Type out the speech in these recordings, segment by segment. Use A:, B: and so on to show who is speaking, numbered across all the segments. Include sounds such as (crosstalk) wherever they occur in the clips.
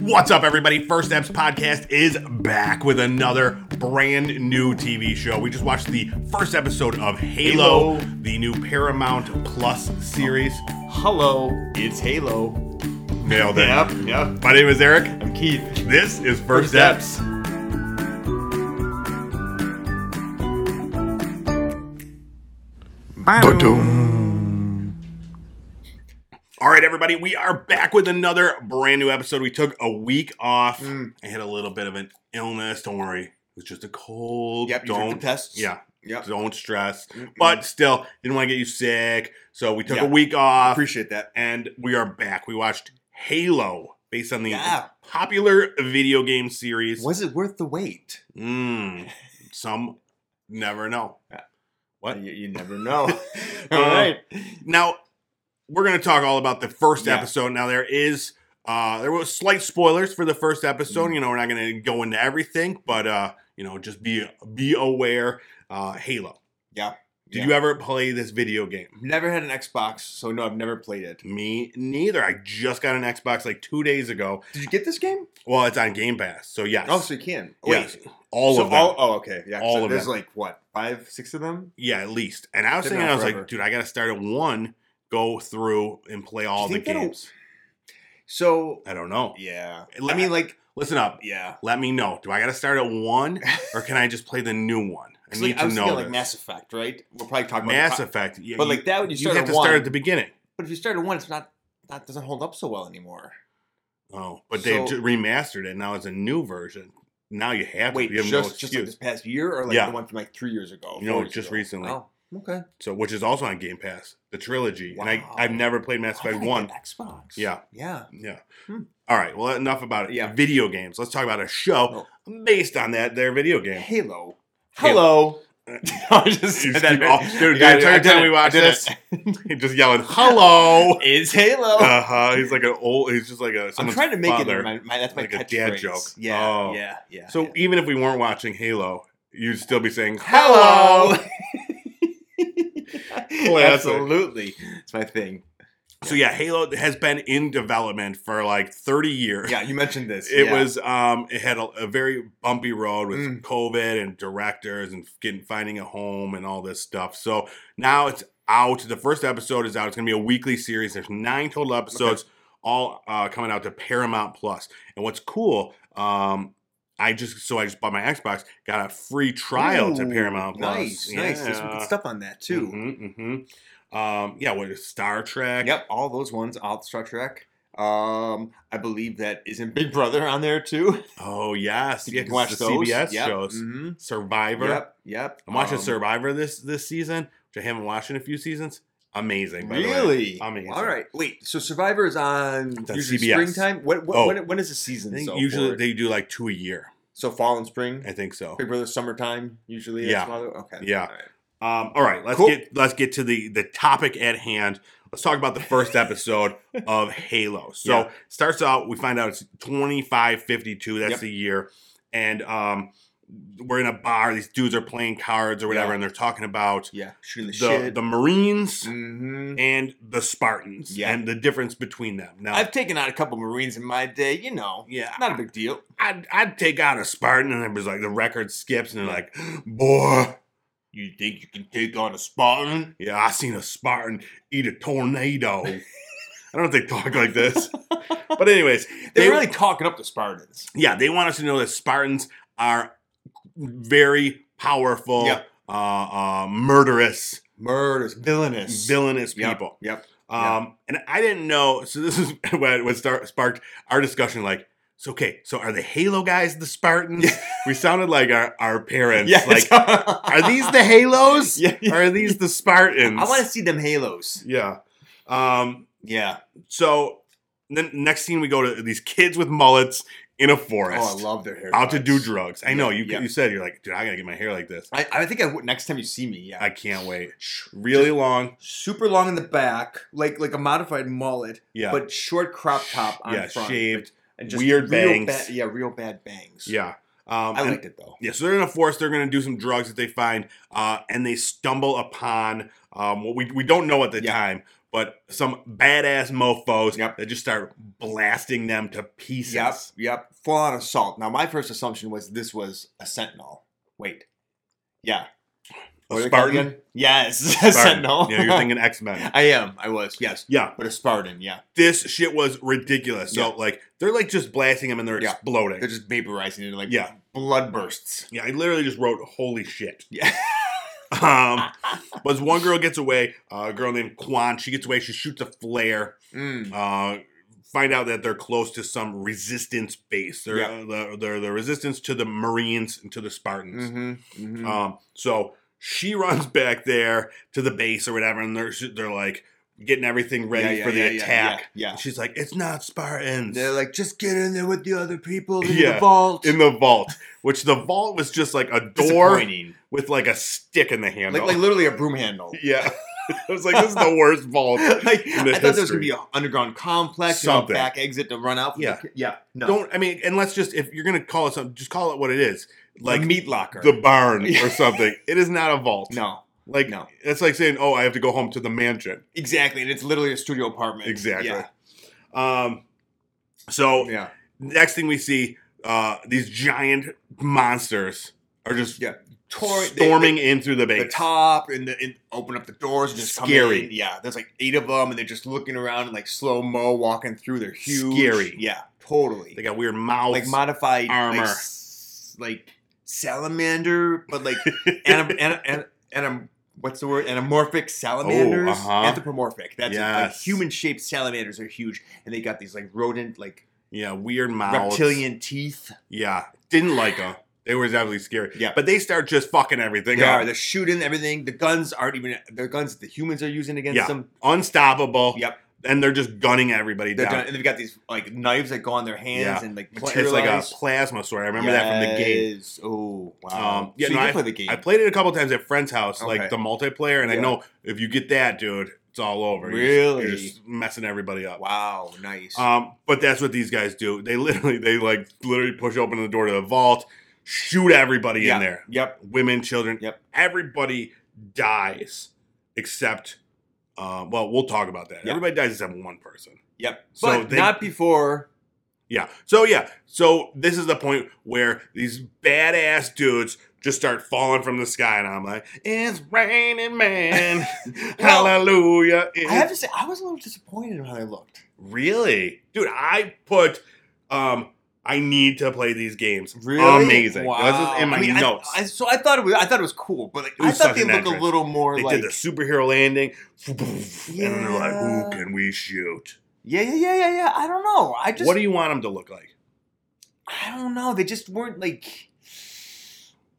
A: What's up, everybody? First Steps Podcast is back with another brand new TV show. We just watched the first episode of Halo,
B: Halo.
A: the new Paramount Plus series.
B: Hello, it's Halo.
A: Nailed it.
B: Yep, yep.
A: My name is Eric.
B: I'm Keith.
A: This is First,
B: First
A: Steps.
B: steps.
A: All right, everybody, we are back with another brand new episode. We took a week off.
B: Mm.
A: I had a little bit of an illness. Don't worry, it was just a cold.
B: Yep, you took
A: Don't.
B: the Mm, tests.
A: Yeah,
B: Yep.
A: don't stress.
B: Mm-mm.
A: But still, didn't want to get you sick, so we took
B: Yeah.
A: a week off.
B: appreciate that.
A: and we are back. We watched Halo based on the
B: Yeah.
A: popular video game series.
B: Was it worth the wait?
A: Mm, some never know. What?
B: You, you never know.
A: (laughs)
B: (laughs) All
A: Uh,
B: right.
A: Now we're going to talk all about the first
B: Yeah.
A: episode. Now there is uh there was slight spoilers for the first episode.
B: Mm.
A: You know, we're not going to go into everything, but uh you know, just be be aware uh Halo.
B: Yeah.
A: Did
B: Yeah.
A: you ever play this video game?
B: Never had an Xbox, so no, I've never played it.
A: Me neither. I just got an Xbox like 2 days ago.
B: Did you get this game?
A: Well, it's on Game Pass. So yes.
B: Oh, so you can.
A: Yes. all
B: so
A: of them.
B: oh, okay. Yeah. 'cause
A: All of
B: There's
A: them.
B: like what five, six of them.
A: Yeah, at least. And I was
B: Been
A: thinking,
B: out
A: I was
B: forever.
A: like, dude, I got to start at one, go through and play all the
B: think that'll-
A: games.
B: So
A: I don't know.
B: yeah.
A: Let-
B: I mean, like
A: Listen up.
B: yeah.
A: Let me know. Do I got to start at one or can I just play the new one?
B: (laughs)
A: I
B: So,
A: need
B: like,
A: to
B: was
A: know.
B: thinking,
A: this.
B: like Mass Effect, right? We'll probably talk about
A: Mass
B: the co-
A: Effect. Yeah,
B: But
A: you-
B: like that, when you
A: you,
B: start
A: have
B: at
A: to
B: one.
A: start at the beginning.
B: but if you start at one, it's not that doesn't hold up so well anymore.
A: Oh, but they
B: So-
A: ju- remastered it. Now it's a new version. Now you have to.
B: Wait,
A: you have
B: just
A: no
B: just like
A: excuse.
B: this past year, or like
A: Yeah.
B: the one from like three years ago?
A: No,
B: four years
A: just
B: ago?
A: recently.
B: Oh, okay.
A: so, which is also on Game Pass, the trilogy. And
B: Wow.
A: I, I've never played Mass
B: Why did
A: Effect
B: I
A: one.
B: get Xbox.
A: Yeah.
B: Yeah.
A: Yeah.
B: Hmm.
A: All right. Well, enough about it.
B: Yeah. Oh.
A: Video games. Let's talk about a show based on that their video game.
B: (laughs) Halo.
A: Halo. (laughs)
B: Hello. (laughs) I just
A: You
B: said
A: keep
B: that.
A: off- dude,
B: Yeah,
A: the entire
B: I did
A: time
B: it.
A: we watched
B: I did
A: this, he's just yelling, (laughs) "Hello!"
B: It's Halo.
A: Uh huh. He's like an old. He's just like a.
B: Oh. I'm
A: someone's
B: trying to make it.
A: father.
B: in My, my, that's my
A: like a dad
B: catchphrase.
A: joke.
B: Yeah.
A: Oh.
B: Yeah. Yeah.
A: So
B: yeah.
A: even if we weren't watching Halo, you'd still be saying
B: Hello. (laughs)
A: "Hello."
B: Absolutely. It's my thing.
A: So yeah, Halo has been in development for like 30 years.
B: Yeah, you mentioned this.
A: It
B: yeah.
A: was um it had a, a very bumpy road with
B: Mm.
A: COVID and directors and getting finding a home and all this stuff. So now it's out. The first episode is out. It's gonna be a weekly series. There's nine total episodes, all uh, coming out to Paramount Plus. And what's cool, um, I just so I just bought my Xbox, got a free trial to
B: Ooh,
A: Paramount Plus. Mm-hmm.
B: Nice, nice. There's some good stuff on that too.
A: too. Um, yeah, what is Star Trek?
B: Yep, all those ones. All Star Trek. Um, I believe that isn't Big Brother on there too. (laughs)
A: Oh yes,
B: You
A: yeah,
B: can
A: 'cause
B: watch
A: the
B: those.
A: CBS
B: Yep,
A: shows.
B: mhm,
A: Survivor.
B: Yep, yep.
A: I'm watching
B: Um,
A: Survivor this this season, which I haven't watched in a few seasons. Amazing, by the way.
B: Really?
A: Amazing.
B: All right. Wait. So Survivor is on
A: It's on
B: usually
A: CBS.
B: springtime. What? what
A: Oh.
B: when, when is the season?
A: I think
B: so
A: usually
B: for it?
A: they do like two a year.
B: so fall and spring.
A: I think so.
B: Big Brother summertime usually. is
A: Yeah.
B: Father- Okay.
A: Yeah.
B: all right.
A: Um, all right, let's
B: Cool.
A: get let's get to the the topic at hand. Let's talk about the first
B: (laughs)
A: episode of Halo. So
B: Yeah.
A: starts out, we find out it's 2552. That's
B: Yep.
A: the year, and um, we're in a bar. These dudes are playing cards or whatever,
B: Yeah.
A: and they're talking about
B: Yeah. Shooting the,
A: the
B: shit.
A: the Marines
B: hmm
A: and the Spartans
B: Yeah.
A: and the difference between them. Now,
B: I've taken out a couple Marines in my day. You know,
A: yeah,
B: not a big deal.
A: I'd, I'd take out a Spartan, and it was like the record skips, and they're like, "Boy,
B: You think you can take on a (laughs) Spartan?
A: yeah, I seen a Spartan eat a tornado." I don't think they talk like
B: (laughs)
A: this, but anyways,
B: They're
A: they
B: really talking up the Spartans.
A: yeah, they want us to know that Spartans are very powerful,
B: Yeah.
A: uh, uh, murderous,
B: Murders, villainous,
A: villainous
B: Yep,
A: people.
B: Yep.
A: Um, and I didn't know. So this is (laughs) what what star- sparked our discussion. Like, it's okay. So are the Halo guys the Spartans?
B: Yeah.
A: We sounded like our our parents.
B: (laughs) Yes.
A: Like, are these the Halos?
B: (laughs) Yeah, yeah.
A: Or are these the Spartans?
B: I want (laughs) to see them halos.
A: Yeah. Um.
B: Yeah.
A: So then next scene we go to these kids with mullets in a forest.
B: Oh, I love their hair.
A: out to do drugs. I know you.
B: Yeah.
A: You said you're like, dude, I gotta get my hair like this.
B: I, I think I would, next time you see me, yeah.
A: I can't wait. Really long.
B: Super long in the back, like like a modified mullet,
A: Yeah.
B: but short crop top on
A: yeah.
B: front.
A: Shaved.
B: and
A: weird
B: real
A: bangs.
B: ba- yeah, real bad bangs.
A: Yeah. Um,
B: I
A: and-
B: liked it though.
A: Yeah, so they're in a forest. They're going to do some drugs that they find, uh, and they stumble upon um, what we we don't know at the
B: Yeah.
A: time, but some badass mofos
B: Yep.
A: that just start blasting them to pieces.
B: Yep, yep. Full on assault. Now, my first assumption was this was a sentinel. Wait. Yeah.
A: A
B: What are they called (laughs)
A: Spartan.
B: again? Yes, a
A: Spartan.
B: sentinel.
A: Yeah, you're
B: (laughs)
A: thinking X Men.
B: I am. I was. Yes.
A: Yeah,
B: But a Spartan, yeah.
A: this shit was ridiculous. So
B: Yeah.
A: like they're like just blasting them and they're
B: Yeah.
A: exploding.
B: They're just vaporizing it like
A: Yeah.
B: blood bursts.
A: yeah, I literally just wrote holy shit.
B: (laughs)
A: (laughs)
B: Yeah.
A: Um,
B: (laughs)
A: but as one girl gets away, uh, a girl named Quan, she gets away. She shoots a flare.
B: Mm.
A: Uh, find out that they're close to some resistance base. They're the, they're the resistance to the Marines and to the Spartans.
B: hmm hmm
A: Um, so she (laughs) runs back there to the base or whatever, and they're they're like getting everything ready for the attack.
B: Yeah. yeah.
A: And She's like, "It's not Spartans."
B: They're like, just get in there with the other people in
A: Yeah.
B: the vault.
A: in the vault, which the vault was just like a door
B: Disappointing.
A: with like a stick in the handle.
B: Like, like literally a broom handle.
A: (laughs)
B: (laughs)
A: yeah, I was like, "This is the worst vault."
B: like
A: the
B: I thought there was
A: history.
B: gonna be an underground complex, you know, a
A: Something.
B: back exit to run out. from the
A: Yeah.
B: ki- yeah. No,
A: Don't I mean, and let's just if you're gonna call it something, just call it what it is,
B: like
A: like
B: meat locker.
A: the barn or something. it is not a vault.
B: no,
A: like
B: no.
A: it's like saying, "Oh, I have to go home to the mansion."
B: exactly, and it's literally a studio apartment.
A: Exactly.
B: Yeah.
A: Um, so
B: yeah.
A: next thing we see, uh, these giant monsters are just
B: Yeah. Tor- they-
A: storming in through the
B: they-
A: base.
B: the top and the and open up the doors and just
A: Scary.
B: Come in. Yeah, there's like eight of them, and they're just looking around and like slow mo walking through. They're huge.
A: Scary.
B: Yeah, totally.
A: They got weird mouths. (laughs)
B: like modified
A: armor.
B: like, s- like salamander,
A: (laughs)
B: but like anim, anim, anim, anim- what's the word? Anamorphic salamanders,
A: uh-huh.
B: anthropomorphic. That's it. like
A: Yes.
B: human shaped salamanders are huge, and they got these like rodent, like
A: yeah, weird mouths.
B: reptilian teeth.
A: Yeah, didn't like them. They were definitely scary.
B: Yeah.
A: but they start just fucking everything
B: They are.
A: up.
B: They're shooting everything. The guns aren't even their guns. that The humans are using against
A: Yeah.
B: them.
A: Unstoppable.
B: Yep.
A: And they're just gunning everybody
B: They're
A: down.
B: done, and they've got these like knives that go on their hands
A: Yeah.
B: and like
A: it's like a
B: materialize.
A: plasma sword. I remember that from the game.
B: Yes. Oh wow!
A: Um, yeah,
B: so
A: no,
B: you can play the game.
A: I played it a couple times at friends' house, like
B: Okay.
A: the multiplayer, and I
B: Yeah.
A: know if you get that, dude, it's all over. You're just- you're
B: Really?
A: just messing everybody up.
B: wow, nice.
A: Um, but that's what these guys do. They literally, they like literally push open the door to the vault, shoot everybody
B: Yeah.
A: in there.
B: yep.
A: Women, children,
B: Yep.
A: everybody dies except. Uh, well, we'll talk about that.
B: Yeah.
A: Everybody dies except one person.
B: Yep.
A: So
B: but
A: they-
B: not before.
A: Yeah. So yeah. So this is the point where these badass dudes just start falling from the sky, and I'm like, "It's raining, man.
B: (laughs) Well,
A: Hallelujah!"
B: I have to say, I was a little disappointed in how they looked.
A: Really? Dude, I put um I need to play these games. Amazing.
B: Wow.
A: This is in my
B: I mean, I-
A: notes.
B: I- so I thought it was. I thought it was cool, but like,
A: It was
B: I thought they
A: such an
B: looked a
A: entrance.
B: little more
A: they
B: like.
A: did the superhero landing. And then they're like, who
B: Yeah.
A: can we shoot?
B: Yeah, yeah, yeah, yeah, yeah. I don't know. I just.
A: what do you want them to look like?
B: I don't know. They just weren't like.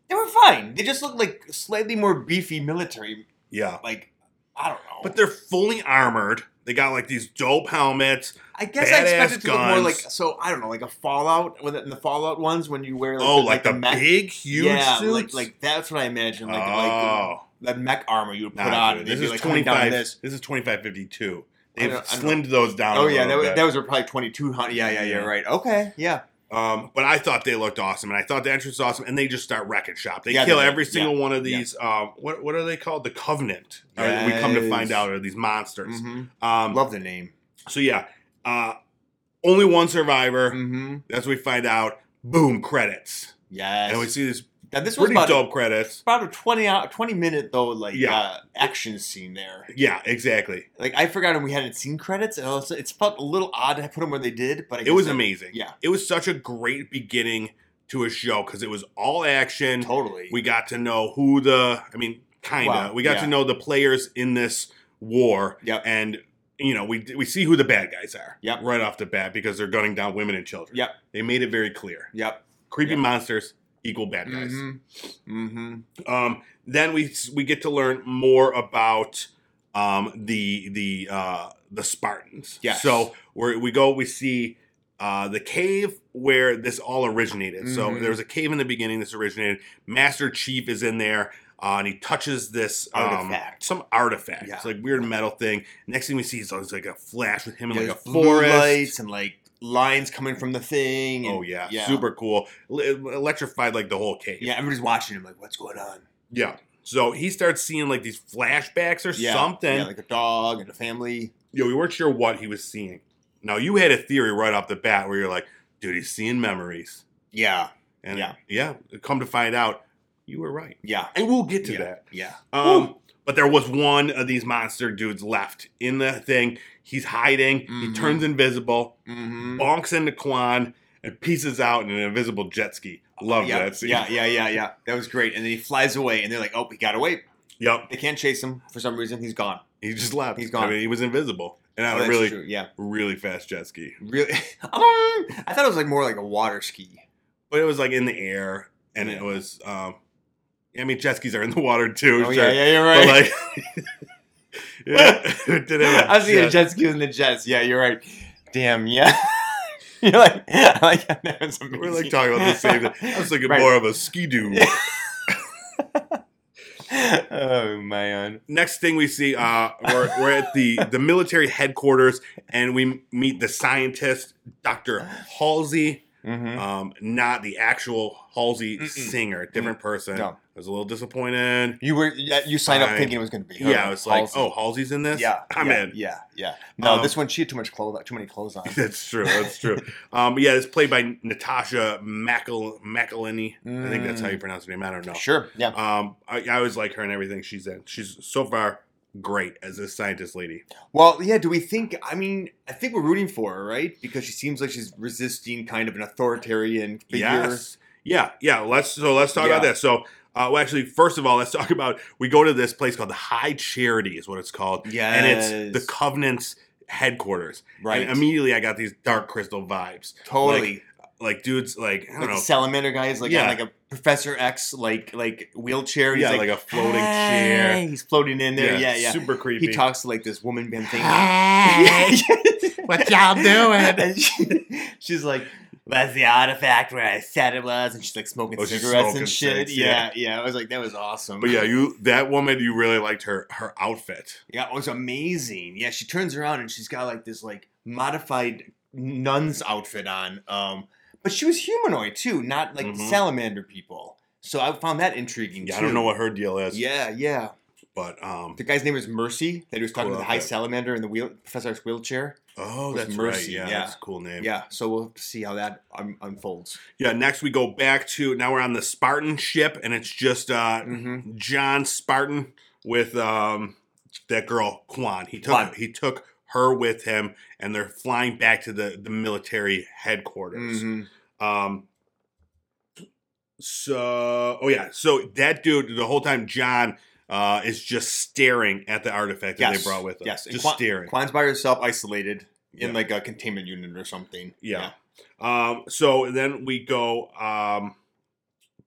B: They were fine. They just looked like slightly more beefy military.
A: Yeah.
B: Like, I don't know.
A: But they're fully armored. They got like these dope helmets.
B: I guess I
A: badass
B: expected to look more
A: guns.
B: like. So I don't know, like a Fallout when the, in the Fallout ones when you wear like
A: oh, like, the,
B: mech-
A: big, huge
B: yeah,
A: suits.
B: Like, like that's what I imagine. Like, like
A: oh,
B: the mech armor you would put
A: nah,
B: on.
A: dude.
B: and they'd
A: This
B: be,
A: is
B: like,
A: twenty
B: coming down
A: five.
B: this.
A: This is twenty five fifty two.
B: I
A: They've
B: don't- I don't-
A: slimmed those down.
B: Oh
A: a
B: yeah,
A: little
B: that was,
A: bit.
B: that was probably twenty two hundred. Yeah, yeah, yeah. Right. Okay. Yeah.
A: Um, but I thought they looked awesome, and I thought the entrance was awesome, and they just start wrecking shop. They
B: Yeah,
A: kill
B: they do.
A: every
B: Yeah.
A: single one of these. Um, what what are they called? The Covenant. Or that we come to find
B: Yes.
A: out are these monsters.
B: Mm-hmm.
A: Um,
B: Love the name.
A: so yeah, uh, only one survivor.
B: Mm-hmm.
A: That's what we find out. Boom, credits,
B: Yes.
A: and we see this
B: now, this was
A: pretty
B: about,
A: dope credits.
B: about a 20, hour, 20 minute though like
A: Yeah.
B: uh, action scene there.
A: Yeah, exactly.
B: Like I forgot we hadn't seen credits, and also, it's felt a little odd to put them where they did, but I
A: It was
B: guess
A: amazing.
B: Yeah.
A: it was such a great beginning to a show because it was all action.
B: Totally.
A: We got to know who the, I mean, kind of.
B: Wow,
A: We got
B: yeah.
A: to know the players in this war.
B: Yep.
A: And, you know, we we see who the bad guys are.
B: Yep.
A: Right off the bat because they're gunning down women and children.
B: Yep.
A: They made it very clear.
B: Yep.
A: Creepy
B: Yep.
A: monsters equal bad guys.
B: Mm-hmm. Mm-hmm.
A: Um, then we we get to learn more about um, the the uh, the Spartans.
B: Yes.
A: So where we go, we see uh, the cave where this all originated. So
B: Mhm.
A: there was a cave in the beginning. This originated. Master Chief is in there. Uh, and he touches this um,
B: Artifact.
A: some artifact,
B: Yeah.
A: it's like weird metal thing. Next thing we see is oh, it's like a flash with him in like
B: There's
A: a
B: blue
A: forest.
B: lights and like lines coming from the thing. and-
A: Oh yeah, super cool. Le- electrified like the whole cave.
B: Yeah, everybody's watching him like, what's going on?
A: Yeah. So he starts seeing like these flashbacks or
B: Yeah,
A: something.
B: yeah, like a dog and a family.
A: you know, we weren't sure what he was seeing. Now you had a theory right off the bat where you're like, dude, he's seeing memories.
B: Yeah,
A: And
B: Yeah.
A: yeah, come to find out, you were right.
B: yeah,
A: And we'll get to
B: yeah,
A: that.
B: Yeah,
A: Um, but there was one of these monster dudes left in the thing. He's hiding. He
B: Mhm.
A: turns invisible,
B: mm-hmm.
A: bonks into Quan, and pieces out in an invisible jet ski. Love
B: yeah,
A: that scene.
B: yeah, yeah, yeah, yeah. That was great. And then he flies away, and they're like, "Oh, he got away.
A: Yep.
B: They can't chase him for some reason. He's gone."
A: He just left.
B: He's gone.
A: I mean, he was invisible. And
B: Oh,
A: on a
B: that's
A: really,
B: true. yeah,
A: really fast jet ski.
B: really. (laughs) I thought it was like more like a water ski.
A: But it was like in the air, and it
B: Yeah.
A: was, um, I mean, jet skis are in the water too.
B: Oh
A: sure.
B: yeah, yeah, you're
A: But
B: right.
A: like, (laughs)
B: (laughs)
A: yeah, it (laughs) did have a
B: I see
A: jet-
B: the jet skis and the jets. Yeah, you're right. Damn, yeah. (laughs) you're like, (laughs) like that was amazing.
A: We're like talking about the same thing. I was thinking
B: Right.
A: more of a ski
B: (laughs)
A: doo.
B: oh man.
A: next thing we see, uh, we're, we're at the, the military headquarters and we meet the scientist, Dr. Halsey,
B: Mm-hmm.
A: um, not the actual Halsey
B: Mm-mm. Mm.
A: singer, different person.
B: No.
A: I was a little disappointed.
B: You were yeah, you signed up
A: I-
B: thinking it was going to be. her.
A: Yeah, I was like,
B: Halsey.
A: oh, Halsey's in this?
B: yeah,
A: I'm
B: yeah,
A: in.
B: Yeah, yeah. No,
A: Um,
B: this one she had too much clothes, too many clothes on.
A: That's true. That's true. um, yeah, it's played by Natasha Macal- McElhenney. (laughs) I think that's how you pronounce her name. I don't know.
B: Mm, Sure. Yeah.
A: Um, I, I always like her and everything she's in. She's so far great as a scientist lady.
B: Well, yeah. Do we think? I mean, I think we're rooting for her, right? Because she seems like she's resisting kind of an authoritarian figure.
A: Yes. Yeah, yeah. Let's so let's talk about
B: Yeah.
A: that. So, uh, well, actually, first of all, let's talk about we go to this place called the High Charity is what it's called,
B: Yes.
A: and it's the Covenant's headquarters.
B: right.
A: And immediately, I got these dark crystal vibes.
B: totally.
A: Like dudes, like I don't
B: like
A: know,
B: the salamander guy is like
A: Yeah.
B: on like a Professor X like like wheelchair. He's
A: yeah, like,
B: like,
A: a floating
B: "Hey,"
A: chair.
B: He's floating in there. Yeah, yeah.
A: Super creepy.
B: He talks to like this woman
A: (laughs)
B: band thing. (laughs)
A: what y'all doing?
B: And she- she's like, "That's the artifact where I said it was," and she's like smoking
A: Oh, she's
B: cigarettes
A: smoking
B: and shit.
A: cigs, yeah.
B: yeah. yeah, I was like, that was awesome.
A: But yeah, you that woman, you really liked her her outfit.
B: yeah, it was amazing. Yeah, she turns around and she's got like this like modified nun's outfit on. Um, but she was humanoid too, not like the
A: Mhm.
B: salamander people. So I found that intriguing.
A: Yeah,
B: too.
A: I don't know what her deal is.
B: Yeah, yeah.
A: but um,
B: The guy's name is Mercy. That he was talking
A: Cool
B: to the high
A: outfit.
B: salamander in the wheel, Professor's wheelchair.
A: oh,
B: with
A: that's
B: Mercy,
A: right. Yeah,
B: yeah.
A: that's a cool name.
B: Yeah, so we'll have to see how that um, unfolds.
A: Yeah, next we go back to now we're on the Spartan ship, and it's just uh
B: Mm-hmm.
A: John Spartan with um that girl Quan. He took
B: Quan.
A: he took her with him, and they're flying back to the the military headquarters.
B: mm-hmm.
A: Um. So, oh yeah, so that dude the whole time John uh is just staring at the artifact that
B: Yes,
A: they brought with him.
B: yes, and
A: just
B: Quan-
A: staring.
B: Quan's by herself, isolated
A: Yeah.
B: in like a containment unit or something.
A: Yeah. Um, so then we go um,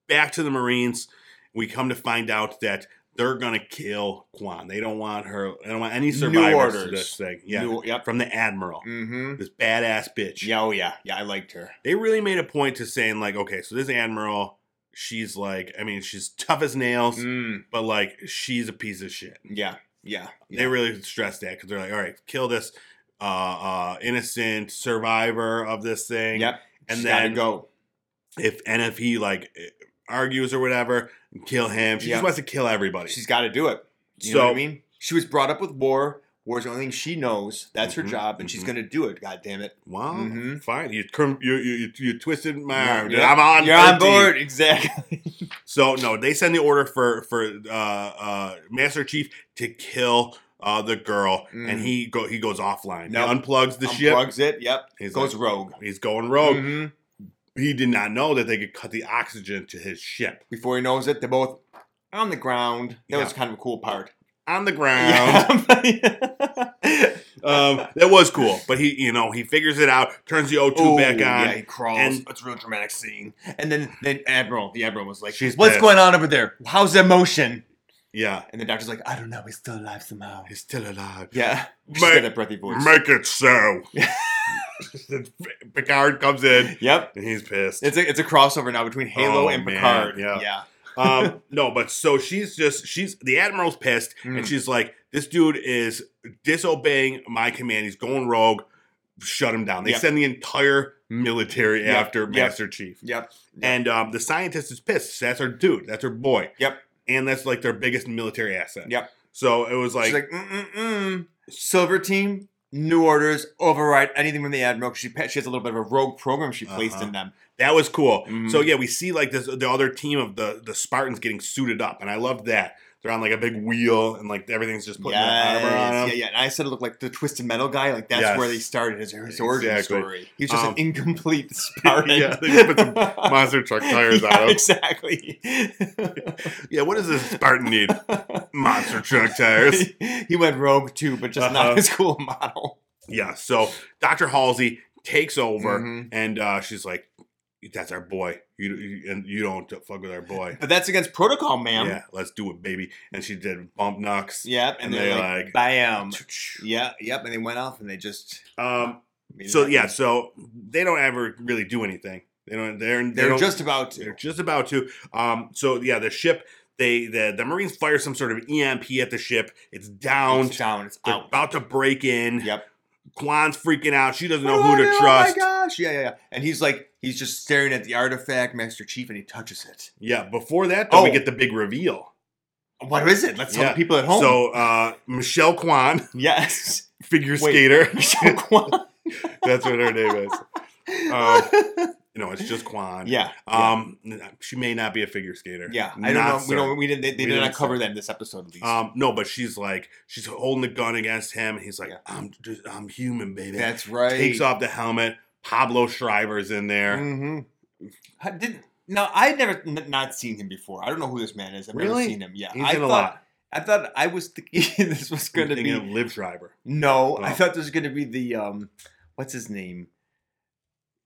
A: back to the Marines. We come to find out that they're gonna kill Quan. They don't want her. They don't want any
B: New
A: survivors to
B: orders.
A: this thing. Yeah,
B: New- yep.
A: from the Admiral,
B: Mm-hmm.
A: this badass bitch.
B: Yeah, oh yeah, yeah. I liked her.
A: They really made a point to saying like, okay, so this Admiral, she's like, I mean, she's (laughs) tough as nails,
B: Mm.
A: but like she's a piece of shit.
B: Yeah, yeah.
A: They
B: yeah.
A: really stressed that because they're like, all right, kill this uh, uh, innocent survivor of this thing.
B: Yep.
A: And
B: She's gotta
A: then
B: go.
A: if and if he like eh, argues or whatever, kill him. She just
B: Yeah.
A: wants to kill everybody.
B: She's got to do it. You know
A: So-
B: what I mean? She was brought up with war. War's the only thing she knows. That's
A: Mhm,
B: her job, and she's
A: mhm.
B: gonna do it. God damn it.
A: wow,
B: Mhm.
A: fine. You, crum- you you you- you twisted my
B: Yeah,
A: arm. dude.
B: yeah.
A: I'm on.
B: You're on
A: 13.
B: board, exactly.
A: So no, they send the order for for uh, uh, Master Chief to kill uh, the girl, and
B: Mhm.
A: he go he goes offline.
B: Nope.
A: He unplugs (laughs) the ship.
B: Unplugs it. Yep.
A: He's
B: goes
A: like-
B: rogue.
A: He's going rogue.
B: Mhm.
A: He did not know that they could cut the oxygen to his ship
B: Before he knows it, they're both on the ground.
A: Yeah.
B: That was kind of a cool part.
A: on the ground.
B: (laughs) Yeah.
A: Um, that was cool, but he you know he figures it out, turns the O2
B: Ooh,
A: back on.
B: Yeah, he crawls.
A: and-
B: it's a real dramatic scene. And then then Admiral, the Admiral was like,
A: She's
B: "What's
A: pissed.
B: going on over there? How's the motion?"
A: yeah,
B: And the doctor's like, "I don't know. He's still alive somehow."
A: he's still alive.
B: Yeah, she's
A: Mate.
B: got that breathy voice.
A: Make it
B: (laughs)
A: so. (laughs) Picard comes in
B: Yep.
A: and he's pissed.
B: It's a, it's a crossover now between Halo
A: Oh,
B: and
A: man,
B: Picard.
A: yeah.
B: yeah.
A: um, no, but so she's just she's the admiral's pissed and
B: Mm.
A: she's like, this dude is disobeying my command. He's going rogue. Shut him down. They
B: Yep. Mm.
A: send the entire military
B: Yep,
A: after
B: yep.
A: Master Chief.
B: Yep.
A: And um, the scientist is pissed. That's her dude. That's her boy.
B: Yep.
A: and that's like their biggest military asset.
B: Yep.
A: So it was like,
B: She's like, mm mm mm. Silver team, new orders, override anything from the admiral. 'cause She pa- she has a little bit of a rogue program she placed
A: Uh-huh.
B: in them.
A: that was cool.
B: Mhm.
A: So yeah, we see like this the other team of the the Spartans getting suited up, and I loved that. They're on like a big wheel, and like everything's just putting that armor on
B: Yes,
A: them.
B: yeah, yeah. And I said it looked like the twisted metal guy. Like that's
A: Yes.
B: where they started his, his origin
A: Exactly.
B: story. He was just
A: Um,
B: an incomplete Spartan.
A: (laughs) Yeah, they just put
B: (laughs)
A: some Monster truck tires
B: Yeah,
A: out of.
B: Exactly.
A: Yeah, what does this Spartan
B: (laughs)
A: need? Monster truck (laughs) tires.
B: he went rogue too, but just
A: Uh-huh.
B: not his cool model.
A: Yeah. So Dr. Halsey takes over,
B: Mhm.
A: and uh, she's like, "That's our boy. You, you and you don't fuck with our boy."
B: But that's against protocol, ma'am.
A: Yeah, let's do it, baby. And she did bump knocks.
B: Yep.
A: And
B: And, they're
A: they,
B: like,
A: like, (laughs)
B: bam. Yeah, yep. And they went off and they just.
A: Um,
B: made it
A: so
B: happen.
A: yeah, so they don't ever really do anything. They don't. They're they
B: They're
A: don't-
B: just about
A: They're
B: to.
A: just about to. Um, so yeah, the ship. They the the Marines fire some sort of EMP at the ship. It's down.
B: It's down. It's
A: They're
B: out.
A: about to break in.
B: Yep.
A: Quan's freaking out. She doesn't know
B: Oh,
A: who to
B: no,
A: trust.
B: Oh my gosh. Yeah, yeah, yeah. And he's like, he's just staring at the artifact, Master Chief, and he touches it.
A: Yeah, before that though, we
B: Oh.
A: get the big reveal.
B: What is it? Let's tell
A: Yeah.
B: the people at home.
A: So uh, Michelle Kwan, (laughs)
B: yes. (laughs)
A: figure
B: Wait.
A: skater,
B: (laughs) So
A: (laughs)
B: Quan-
A: that's what her name is. Um, No, it's just Kwan.
B: (laughs) yeah.
A: Um, she may not be a figure skater.
B: Yeah,
A: Not
B: I don't know. We
A: certain.
B: don't. We didn't. They, they
A: We
B: did
A: didn't
B: not cover them this episode at least.
A: Um, no, but she's like she's holding the gun against him, and he's like,
B: Yeah.
A: "I'm just, I'm human, baby."
B: That's right.
A: Takes off the helmet. Pablo Shriver's in there.
B: hmm
A: Mm-hmm.
B: Did now I never n- not seen him before. I don't know who this man is. I've
A: Really?
B: never seen him. Yeah,
A: He's
B: I
A: in a
B: thought,
A: lot.
B: I thought I was thinking (laughs) this was
A: I'm
B: going to
A: thinking of
B: be
A: Liv Shriver.
B: no. I
A: Oh.
B: thought this was going to be the um, what's his name,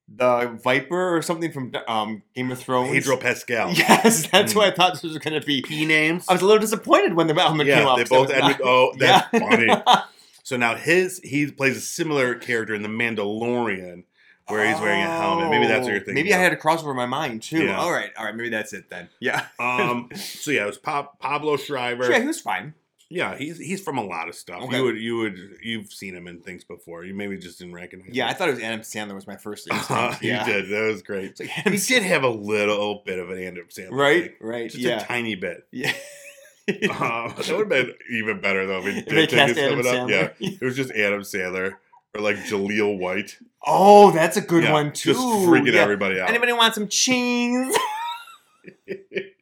B: the Viper or something from um Game of Thrones. (laughs)
A: Pedro Pascal.
B: Yes, that's
A: Mm.
B: what I thought this was going to be.
A: P names.
B: I was a little disappointed when the helmet came
A: yeah,
B: up.
A: they
B: 'cause I
A: both
B: was
A: end with
B: not-
A: O. That's
B: (laughs) Yeah.
A: funny.
B: (laughs)
A: So now his he plays a similar character in The Mandalorian, where he's wearing a helmet. Maybe that's what you're
B: Oh,
A: thinking.
B: Maybe I had a crossover in my mind too.
A: Yeah.
B: All right, all right. Maybe that's it then. Yeah.
A: had.
B: (laughs)
A: Um, so yeah, it was pa- Pablo Shriver.
B: Sure, he was fine.
A: Yeah, he's he's from a lot of stuff.
B: Okay.
A: You would you would you've seen him in things before. You maybe just didn't recognize.
B: Yeah, I
A: him.
B: thought it was Adam Sandler was my first
A: (laughs)
B: instinct.
A: Uh-huh,
B: yeah.
A: you did. That was great.
B: It's like
A: (laughs) He
B: Adam
A: did have a little bit of an Adam Sandler,
B: right,
A: thing.
B: right,
A: Just a
B: yeah,
A: tiny bit.
B: (laughs) yeah. (laughs)
A: Um, that would have been even better though. If he
B: If
A: did
B: they
A: take
B: cast
A: his
B: Adam
A: helmet off. Yeah,
B: Sandler.
A: it was just Adam Sandler or like Jaleel White.
B: Oh, that's a good
A: Yeah,
B: one too.
A: Just freaking
B: Yeah.
A: everybody out.
B: Anybody want some cheese?
A: (laughs)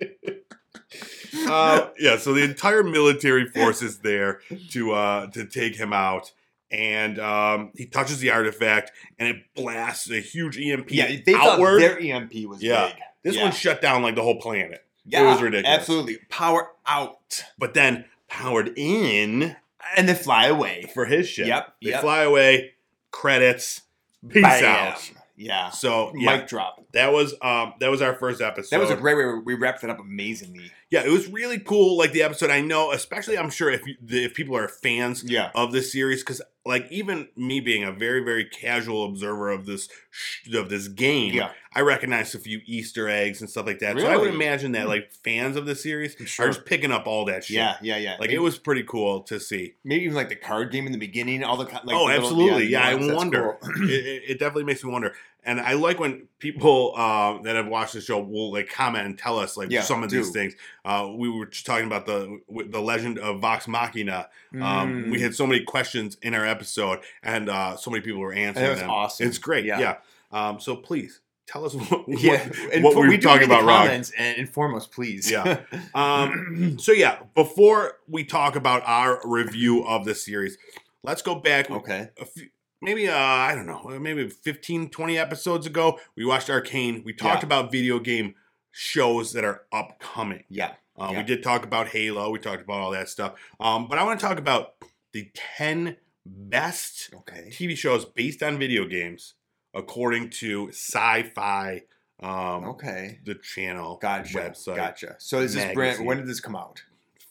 A: uh, (laughs) yeah, so the entire military force is there to uh, to take him out, and um, he touches the artifact, and it blasts a huge EMP
B: yeah, (laughs) they thought
A: outward.
B: their EMP was
A: Yeah.
B: big.
A: this
B: yeah.
A: one shut down like the whole planet,
B: Yeah,
A: was ridiculous.
B: Absolutely, power out,
A: but then powered in
B: and they fly away.
A: for his ship.
B: Yep,
A: they
B: yep.
A: fly away. Credits. Peace
B: Bam.
A: out.
B: Yeah.
A: So yeah,
B: Mic drop.
A: that was um that was our first episode.
B: That was a great way we wrapped it up amazingly.
A: yeah, it was really cool. Like the episode, I know, especially I'm sure if you, if people are fans
B: Yeah.
A: of this series because like even me being a very very casual observer of this sh- of this game
B: Yeah.
A: i recognized a few easter eggs and stuff like that so i would
B: Really? Hmm.
A: imagine that like fans of the series are just (laughs) picking up all that shit
B: Yeah, yeah, yeah.
A: like it was pretty cool to see
B: maybe even like the card game in the beginning, all the co- like.
A: oh
B: the little-
A: absolutely yeah,
B: nuance,
A: i
B: that's
A: wonder
B: cool.
A: (clears throat) it, it, it definitely makes me wonder and i like when people uh, that have watched the show will like comment and tell us like
B: Yeah,
A: some of these
B: do.
A: things uh, we were just talking about the the legend of vox machina Um,
B: Mm.
A: we had so many questions in our episode, and uh, so many people were answering
B: That was
A: them.
B: awesome.
A: It's great. Yeah.
B: Yeah.
A: Um, so please tell us (laughs) what, what-
B: yeah, and
A: what
B: put-
A: we were
B: do
A: talking
B: read the
A: about wrong.
B: comments And inform us, please.
A: Yeah. (laughs)
B: (clears throat)
A: Um, so yeah, before we talk about our review of the series, let's go back.
B: (laughs) okay.
A: A few, maybe uh, I don't know, maybe 15, 20 episodes ago, we watched Arcane. We talked
B: Yeah.
A: about video game shows that are upcoming.
B: Yeah.
A: Uh,
B: Yeah.
A: We did talk about Halo. We talked about all that stuff. Um, but I want to talk about the 10 best
B: Okay.
A: TV shows based on video games according to sci fi, um,
B: Okay.
A: the channel
B: Oh. Gotcha.
A: website,
B: Gotcha. So is this brand?
A: magazine.
B: When did this come out?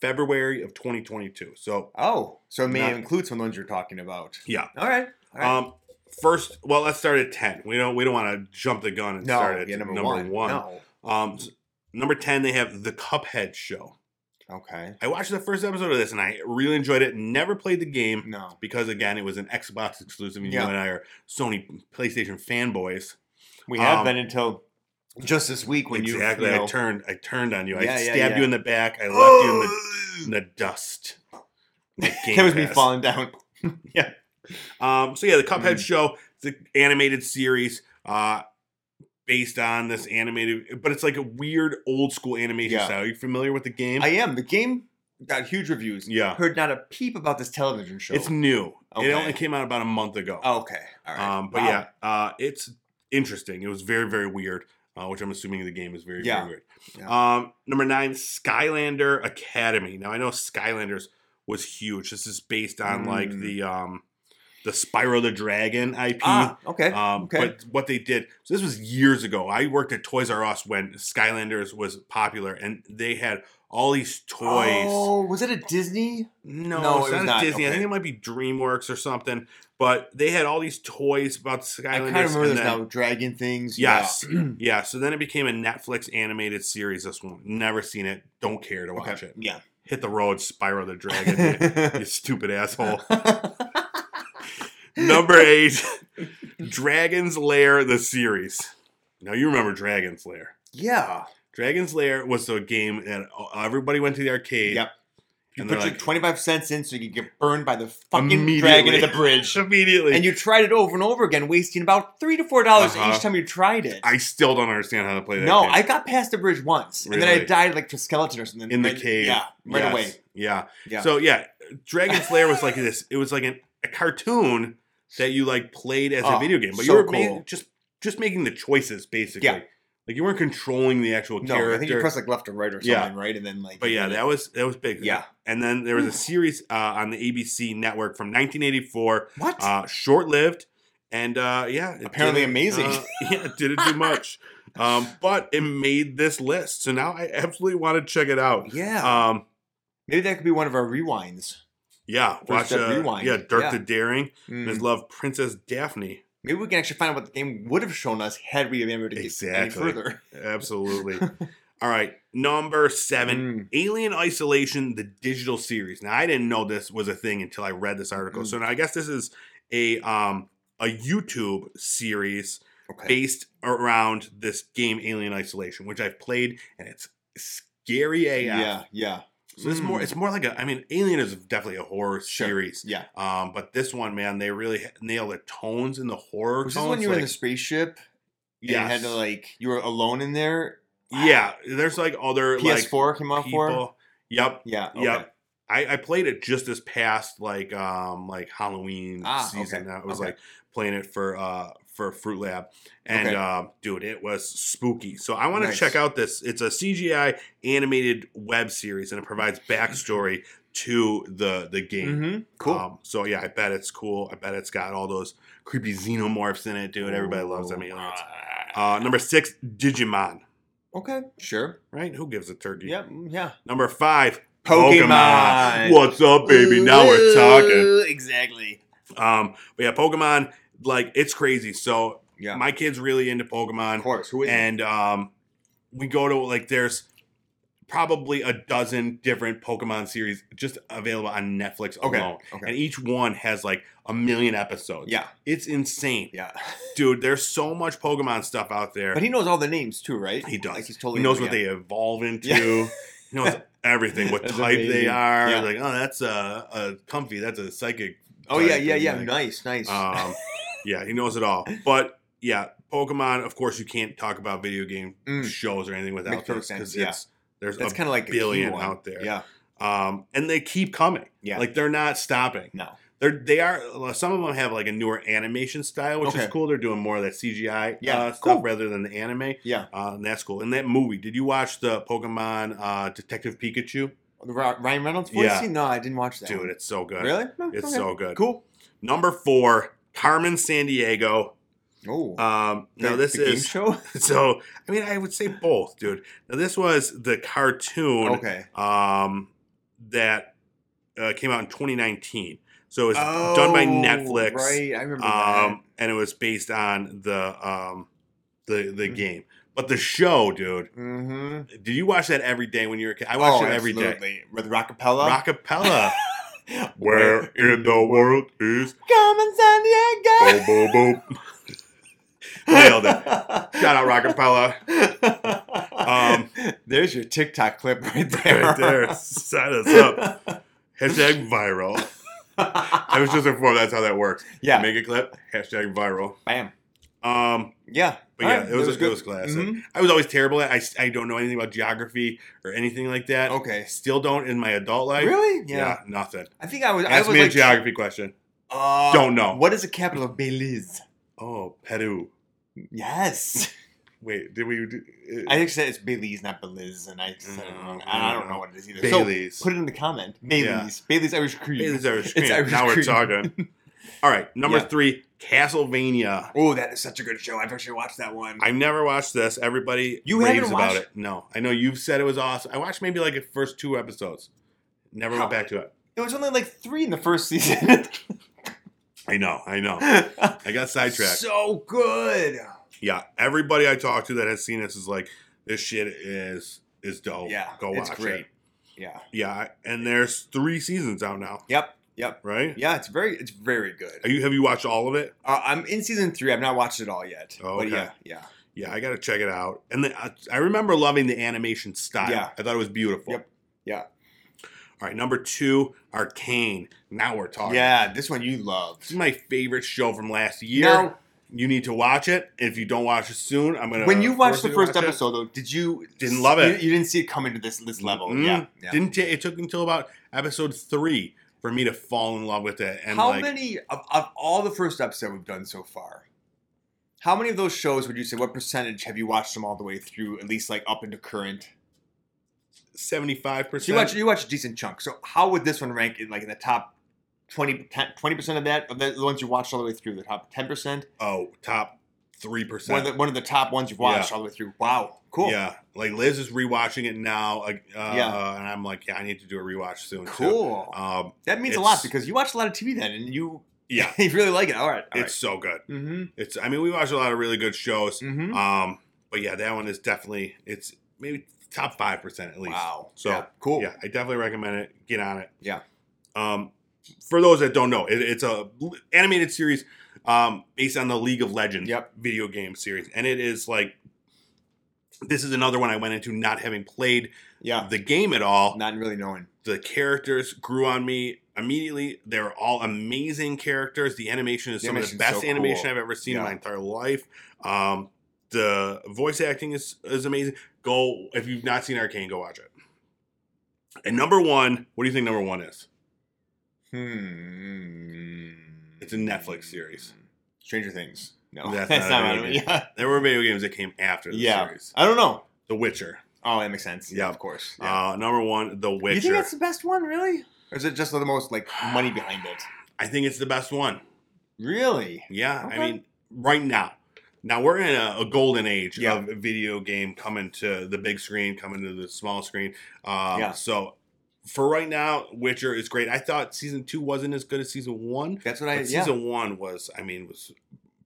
A: February of 2022. So,
B: Oh, so it may
A: Not-
B: include some of the ones you're talking about.
A: yeah.
B: All right. All right.
A: Um, first, well, let's start at 10. We don't, we don't want to jump the gun and
B: no,
A: start at
B: yeah, number,
A: number,
B: one.
A: one.
B: No.
A: Um, s- number 10, they have The Cuphead Show.
B: Okay.
A: I watched the first episode of this and I really enjoyed it. Never played the game.
B: No.
A: because again it was an Xbox exclusive and
B: Yeah.
A: you and I are Sony PlayStation fanboys.
B: We have
A: Um,
B: been until just this week when
A: exactly.
B: you, you
A: I
B: know-
A: turned. I turned on you. I
B: Yeah, yeah,
A: stabbed
B: yeah.
A: you in the back. I left you
B: (gasps)
A: in the, in the
B: (laughs)
A: dust. Like
B: that was
A: Game
B: me
A: Pass.
B: falling down.
A: Um, so yeah, the Cuphead
B: Mhm.
A: show, it's an animated series uh, based on this animated, but it's like a weird old school animation
B: Yeah.
A: style. Are you familiar with the game?
B: I am. The game got huge reviews.
A: yeah,
B: Heard not a peep about this television show.
A: it's new. It
B: Okay.
A: only came out about a month ago.
B: Oh, okay. All right.
A: Um, but
B: Wow.
A: yeah, uh, it's interesting. It was very very weird, uh, which I'm assuming the game is very
B: Yeah.
A: very weird.
B: Yeah.
A: Um, number nine, Skylander Academy. Now I know Skylanders was huge. This is based on like
B: Mm.
A: the um, the Spyro the Dragon IP.
B: Ah, okay.
A: Um,
B: okay.
A: But what they did, so this was years ago. I worked at Toys R Us when Skylanders was popular, and they had all these toys.
B: Oh, was it a Disney?
A: no, it's
B: no, it was
A: not,
B: not,
A: Disney. I think
B: okay.
A: it might be DreamWorks or something. But they had all these toys about Skylanders.
B: I kind of remember
A: and
B: this
A: then-
B: now. Dragon things. (clears throat)
A: Yes.
B: Yeah.
A: Yeah, so then it became a Netflix animated series. This one, never seen it. Don't care to watch
B: okay.
A: it.
B: Yeah.
A: Hit the road, Spyro the Dragon. you-
B: (laughs)
A: you stupid asshole. Number eight, Dragon's Lair, the series. Now you remember Dragon's Lair.
B: yeah.
A: Dragon's Lair was the game that everybody went to the arcade.
B: Yep. You
A: And
B: put
A: they're
B: your
A: like-
B: 25 cents in so you could get burned by the fucking
A: Immediately.
B: dragon at the
A: (laughs)
B: bridge.
A: Immediately.
B: and you tried it over and over again, wasting about three to four dollars
A: Uh-huh.
B: each time you tried it.
A: I still don't understand how to play that.
B: no,
A: game.
B: I got past the bridge once, and then I
A: Really?
B: died like to a skeleton or something
A: in the
B: Like,
A: cave.
B: Yeah, right
A: Yes.
B: away.
A: Yeah.
B: Yeah.
A: So yeah, Dragon's Lair was
B: (laughs)
A: like this. It was like an, a cartoon that you like played as a
B: Oh,
A: video game, but
B: so
A: you were ma-
B: cool.
A: just just making the choices basically.
B: Yeah.
A: Like you weren't controlling the actual
B: No,
A: character.
B: I think you press like left or right or something,
A: Yeah.
B: right? And then like,
A: but yeah, that was that was big.
B: Yeah.
A: And then there was a series uh, on the ABC network from 1984,
B: what?
A: uh, short lived, and uh, yeah, it
B: Apparently
A: didn't,
B: amazing.
A: uh, (laughs) yeah, it didn't do much, um, but it made this list. So now I absolutely want to check it out.
B: yeah,
A: Um,
B: maybe that could be one of our rewinds.
A: Yeah, watch
B: Step
A: uh,
B: Rewind.
A: Yeah, Dirk
B: Yeah.
A: the Daring.
B: Mm.
A: and His love, Princess Daphne.
B: Maybe we can actually find out what the game would have shown us had we been able to get any
A: Exactly.
B: further.
A: (laughs)
B: (laughs)
A: Absolutely. All right, number seven,
B: Mm.
A: Alien Isolation, the digital series. Now, I didn't know this was a thing until I read this article.
B: Mm.
A: So now I guess this is a um a YouTube series
B: Hmm. Okay.
A: based around this game, Alien Isolation, which I've played, and it's scary AF.
B: Yeah, yeah,
A: So it's more
B: Mm.
A: it's more like a I mean, Alien is definitely a horror
B: Sure.
A: series.
B: yeah.
A: Um, but this one, man, they really nail the tones and the horror.
B: Was this
A: tones.
B: when you were in
A: like-
B: the spaceship? Yeah,
A: yes.
B: you had to like you were alone in there.
A: yeah, there's like other like
B: PS4 came out for.
A: people. Yep,
B: Yeah, okay.
A: yep. I, I played it just this past like um like Halloween
B: Ah,
A: season.
B: okay,
A: I was
B: okay.
A: like playing it for uh for Fruit Lab, and
B: Okay.
A: uh, dude, it was spooky. So I want to
B: Nice.
A: check out this. It's a CGI animated web series, and it provides backstory to the the game.
B: Mm-hmm. Cool.
A: Um, so yeah, I bet it's cool. I bet it's got all those creepy xenomorphs in it,
B: Oh,
A: dude. Everybody loves them aliens. Uh, number six, Digimon.
B: Okay, sure.
A: Right? Who gives a turkey?
B: Yep, mm, yeah.
A: Number five, Pokemon.
B: Pokemon.
A: What's up, baby? Now we're talking.
B: Ooh, Exactly.
A: Um, but yeah, Pokemon, like it's crazy. So
B: Yeah.
A: my kid's really into
B: of
A: Pokemon,
B: course. Who is
A: and um, we go to like there's probably a dozen different Pokemon series just available on Netflix
B: Okay,
A: alone,
B: okay.
A: and each one has like a million episodes.
B: Yeah,
A: It's insane.
B: yeah.
A: Dude, there's so much Pokemon stuff out there.
B: But he knows all the names too, right?
A: He does.
B: Like he's totally
A: he knows what they evolve into.
B: Yeah.
A: He
B: (laughs)
A: knows everything, what
B: That's
A: type they
B: amazing.
A: are.
B: Yeah.
A: Like, oh, that's a, a comfy. That's a
B: (laughs)
A: psychic.
B: Oh yeah,
A: type,"
B: yeah,
A: and,
B: yeah.
A: like,
B: nice, nice.
A: Um, yeah, he knows it all. But yeah, Pokemon. Of course, you can't talk about video game
B: Mm.
A: shows or anything without
B: Makes perfect
A: this because
B: sense, yeah.
A: it's there's
B: That's
A: a-
B: kind of like a key
A: billion
B: one.
A: out there.
B: Yeah,
A: um, and they keep coming.
B: yeah.
A: Like they're not stopping.
B: no.
A: They're they are some of them have like a newer animation style, which is
B: Okay.
A: cool. They're doing more of that CGI
B: Yeah,
A: uh, stuff
B: cool.
A: rather than the anime.
B: Yeah,
A: Uh, and that's cool. And that movie, did you watch the Pokemon uh, Detective Pikachu?
B: the Ra- Ryan Reynolds voice.
A: Yeah.
B: scene? No, I didn't watch that.
A: Dude,
B: one.
A: it's so good.
B: really? No,
A: It's
B: okay.
A: so good.
B: cool.
A: Number four, Carmen San Diego.
B: Oh,
A: Um, now
B: the-
A: this
B: the game
A: is
B: show.
A: (laughs) so. I mean, I would say both, dude. Now this was the cartoon
B: okay.
A: um, that uh, came out in 2019. So it was done by
B: Oh,
A: Netflix.
B: Right, I remember that.
A: um, and it was based on the um, the the
B: Mhm.
A: game. But the show, dude,
B: Mm-hmm. Oh,
A: did you watch that every day when you were a kid? I watched it every day.
B: With Rockapella.
A: Rockapella. (laughs) Where (laughs) in the world is
B: Come in San Diego.
A: Bo Bo Bo? Oh, Nailed it.
B: (laughs)
A: Shout out Rockapella.
B: Um, There's your TikTok clip right there.
A: (laughs) Right
B: (laughs)
A: there. Set us up. Hashtag viral. I was just informed that's how that works.
B: (laughs) yeah.
A: Make a clip. Hashtag viral.
B: Bam.
A: Um,
B: Yeah.
A: but
B: All
A: yeah,
B: right,
A: it was a good Mm-hmm. class.
B: Mhm.
A: I was always terrible at. I, s- I don't know anything about geography or anything like that.
B: Okay.
A: Still don't in my adult life.
B: really?
A: Yeah, nothing.
B: I think I was. I
A: Ask
B: was
A: me
B: like,
A: a geography question.
B: uh,
A: Don't know.
B: What is the capital of Belize?
A: Oh, Peru.
B: Yes.
A: Wait, did we? Do, uh,
B: I think said it's Belize, not Belize, and I said it wrong. I I don't know what it is either.
A: Bailey's.
B: So put it in the comment.
A: Mm-hmm. Yeah.
B: Bailey's. Bailey's Irish Cream.
A: Bailey's Irish
B: (laughs) It's
A: cream.
B: Irish
A: now we're
B: cream.
A: talking. All right, number
B: Yeah.
A: three, Castlevania.
B: Oh, that is such a good show. I've actually watched that one.
A: I've never watched this. Everybody
B: You
A: raves
B: haven't
A: about
B: watched-
A: it. No, I know you've said it was awesome. I watched maybe like the first two episodes. Never
B: How-
A: went back to it.
B: there was only like three in the first season.
A: I know. I
B: (laughs)
A: know. I got (laughs) sidetracked.
B: so good.
A: yeah, everybody I talked to that has seen this is like, this shit is is dope.
B: Yeah,
A: go
B: it's
A: watch
B: great.
A: it.
B: Yeah.
A: Yeah, and there's three seasons out now,
B: Yep. Yep.
A: right?
B: Yeah, it's very, it's very
A: Are
B: good.
A: you have you watched all of it?
B: Uh, I'm in season three. I've not watched it all yet.
A: Oh,
B: But
A: okay.
B: yeah, yeah.
A: Yeah, I gotta check it out. And then uh, I, I remember loving the animation style.
B: Yeah.
A: I thought it was beautiful.
B: Yep. Yeah.
A: All right, number two, Arcane. Now we're talking.
B: Yeah, this one you
A: This
B: loved.
A: is my favorite show from last year.
B: Now,
A: you need to watch it. If you don't watch it soon, I'm gonna.
B: when you watched
A: force
B: the
A: to
B: first
A: watch it.
B: episode, though, did you
A: Didn't love it.
B: You, you didn't see it coming to this this level.
A: Mm,
B: Yeah, yeah.
A: didn't ta- it took until about episode three for me to fall in love with it. And
B: how
A: like,
B: many of, of all the first episode we've done so far? How many of those shows would you say? What percentage have you watched them all the way through? At least like up into current.
A: seventy-five
B: So you watch
A: percent.
B: you watch a decent chunk. So how would this one rank in like in the top 20 percent of that of the, the ones you watched all the way through? The top ten percent.
A: Oh, top three
B: One of the
A: percent.
B: one of the top ones you've watched all the way through. Wow, cool.
A: Yeah, like Liz is rewatching it now. Like, uh,
B: Yeah.
A: and I'm like, yeah, I need to do a rewatch soon. too.
B: cool.
A: Um,
B: that means a
A: it's-
B: lot because you watch a lot of TV then, and you (laughs)
A: yeah,
B: you really like it. All right, all
A: it's so good.
B: Mm-hmm.
A: It's. I mean, we watch a lot of really good shows.
B: Mm-hmm.
A: Um, but yeah, that one is definitely. It's maybe top five percent at least.
B: Wow.
A: So,
B: yeah, cool.
A: Yeah, I definitely recommend it. Get on it.
B: Yeah.
A: Um, for those that don't know, it, it's a l- animated series um, based on the League of Legends
B: Yep.
A: video game series, and it is like this is another one I went into not having played
B: Yeah.
A: the game at all.
B: Not really knowing.
A: The characters grew on me immediately. They're all amazing characters. The animation is
B: The
A: some of the
B: animation's
A: best
B: so
A: animation
B: cool.
A: I've ever seen in
B: Yeah.
A: my entire life. Um, the voice acting is is amazing. Go if you've not seen Arcane, go watch it. And number one, what do you think number one is?
B: Hmm.
A: It's a Netflix series.
B: Stranger Things. No,
A: That's
B: (laughs) that's,
A: not
B: not.
A: a
B: Not
A: video game.
B: yeah.
A: There were video games that came after the
B: Yeah.
A: series.
B: I don't know.
A: The Witcher.
B: Oh, that makes sense.
A: Yeah.
B: of course. Yeah.
A: Uh, number one, The Witcher.
B: you think that's the best one, really? Or is it just the most like money behind it?
A: I think it's the best one.
B: Really?
A: Yeah, I
B: Okay.
A: mean, right now. Now we're in a, a golden age
B: Yeah.
A: of video game coming to the big screen, coming to the small screen. Um,
B: Yeah.
A: So for right now, Witcher is great. I thought season two wasn't as good as season one.
B: That's what I.
A: But
B: Yeah.
A: season one was, I mean, was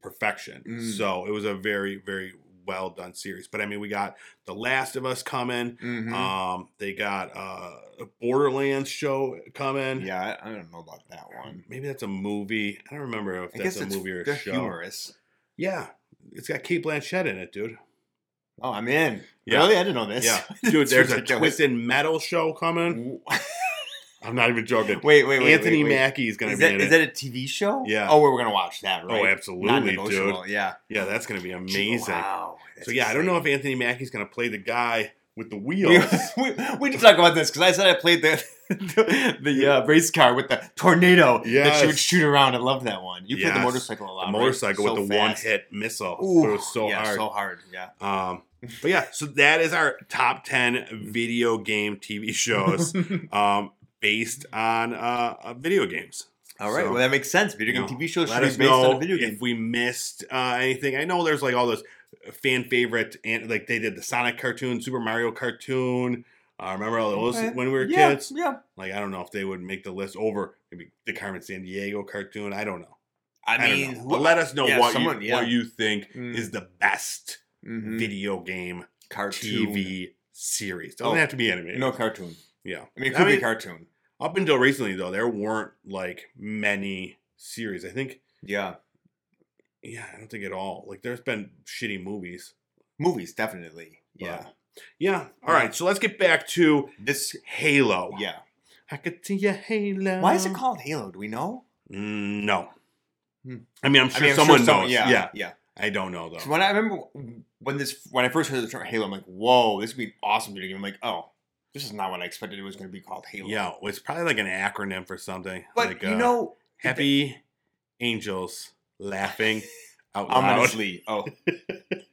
A: perfection.
B: Mm.
A: So it was a very, very well done series. But I mean, we got The Last of Us coming.
B: Mhm.
A: Um, they got uh, a Borderlands show coming.
B: yeah, I I don't know about that one.
A: Maybe that's a movie. I don't remember if
B: I
A: that's
B: guess
A: a
B: it's
A: movie or a
B: they're
A: show.
B: humorous.
A: Yeah. It's got Kate Blanchett in it, dude.
B: Oh, I'm in.
A: Yeah.
B: Really? I didn't know this. (laughs)
A: Yeah. Dude,
B: It's
A: there's a
B: ridiculous.
A: Twisted Metal show coming. I'm not even joking.
B: wait, wait, wait.
A: Anthony
B: wait, wait.
A: Mackie is going to
B: Is
A: be
B: that,
A: in
B: is
A: it.
B: that a TV show?
A: Yeah.
B: Oh, we're gonna watch that,
A: oh,
B: right?
A: absolutely, dude.
B: Non-negotiable, Yeah.
A: Yeah, that's going to be amazing.
B: Wow.
A: so, yeah, I don't know if Anthony Mackie's going to play the guy with
B: (laughs)
A: the wheels.
B: if we, (laughs) we, we need to talk about this because I said I played the (laughs) the, the uh, race car with the tornado that
A: Yes.
B: she would shoot around. I love that one. You played
A: Yes.
B: the motorcycle a lot.
A: the
B: right?
A: motorcycle
B: So
A: with the
B: fast.
A: one hit missile.
B: Ooh,
A: it was so
B: yeah,
A: hard.
B: So hard. Yeah.
A: Um, but yeah, so that is our top 10 video game TV
B: (laughs)
A: shows um, based on uh, uh, video games.
B: All right.
A: So-
B: well, that makes sense. Video game
A: you know,
B: TV shows
A: Let
B: should be
A: us
B: based
A: know
B: on a video game.
A: if we missed uh, anything. I know there's like all those fan favorite, and like they did the Sonic cartoon, Super Mario cartoon. I remember all those
B: Okay.
A: when we were
B: yeah,
A: kids.
B: yeah.
A: Like I don't know if they would make the list over maybe the Carmen San Diego cartoon. I don't know.
B: I
A: I
B: mean,
A: don't know.
B: who-
A: But let us know
B: yeah,
A: what
B: someone-
A: you
B: yeah.
A: what you think
B: Mm.
A: is the best
B: Mhm.
A: video game
B: cartoon.
A: TV series. Doesn't
B: Oh.
A: have to be animated.
B: No cartoon.
A: Yeah.
B: I mean, it
A: I
B: could be
A: mean-
B: cartoon.
A: Up until recently though, there weren't like many series. I think
B: Yeah.
A: Yeah, I don't think at all. Like, there's been shitty movies.
B: Movies, definitely. Yeah.
A: But- Yeah. All right. So let's get back to
B: This.
A: Halo.
B: Yeah.
A: I could see your Halo.
B: Why is it called Halo? Do we know?
A: Mm, no.
B: Hmm.
A: I mean, I'm
B: I
A: sure
B: mean, I'm sure
A: someone
B: some-
A: knows.
B: Yeah.
A: yeah.
B: Yeah. yeah.
A: I don't know
B: So
A: though.
B: when I remember when this when I first heard the term Halo, I'm like, whoa, this would be an awesome video game. I'm like, oh, this is not what I expected it was going to be called Halo.
A: Yeah, well, it's probably like an acronym for something.
B: But
A: like,
B: you
A: uh,
B: know,
A: happy angels
B: (laughs)
A: laughing out loud.
B: ominously. Oh,
A: (laughs)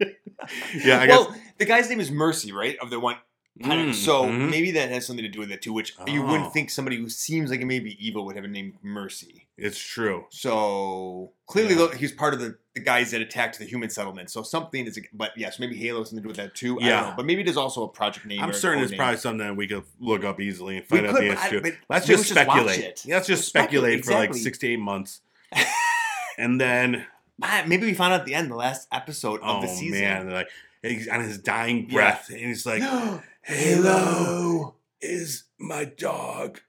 A: yeah, I guess.
B: well, the guy's name is Mercy, right? Of the one.
A: Mm,
B: so
A: mhm.
B: maybe that has something to do with it too, which you
A: Oh.
B: wouldn't think somebody who seems like it may be evil would have a name Mercy.
A: it's true.
B: So clearly,
A: Yeah.
B: though, he's part of the, the guys that attacked the human settlement. So something is, but yes, maybe Halo has something to do with that too. I
A: Yeah.
B: don't know. but maybe there's also a project name. or
A: I'm
B: a
A: certain
B: code
A: it's
B: name.
A: probably something that we could look up easily and
B: We
A: find out
B: could,
A: the
B: but I-
A: answer. to.
B: but
A: Let's
B: we
A: just
B: should watch
A: speculate.
B: it. (laughs)
A: Let's just
B: Speculate,
A: speculate for like
B: exactly.
A: six to eight months, and then
B: Ah, Maybe we found out at the end, the last episode of
A: oh
B: the season.
A: man, like and he's on his dying
B: Yeah.
A: breath, and he's like, "Halo is my dog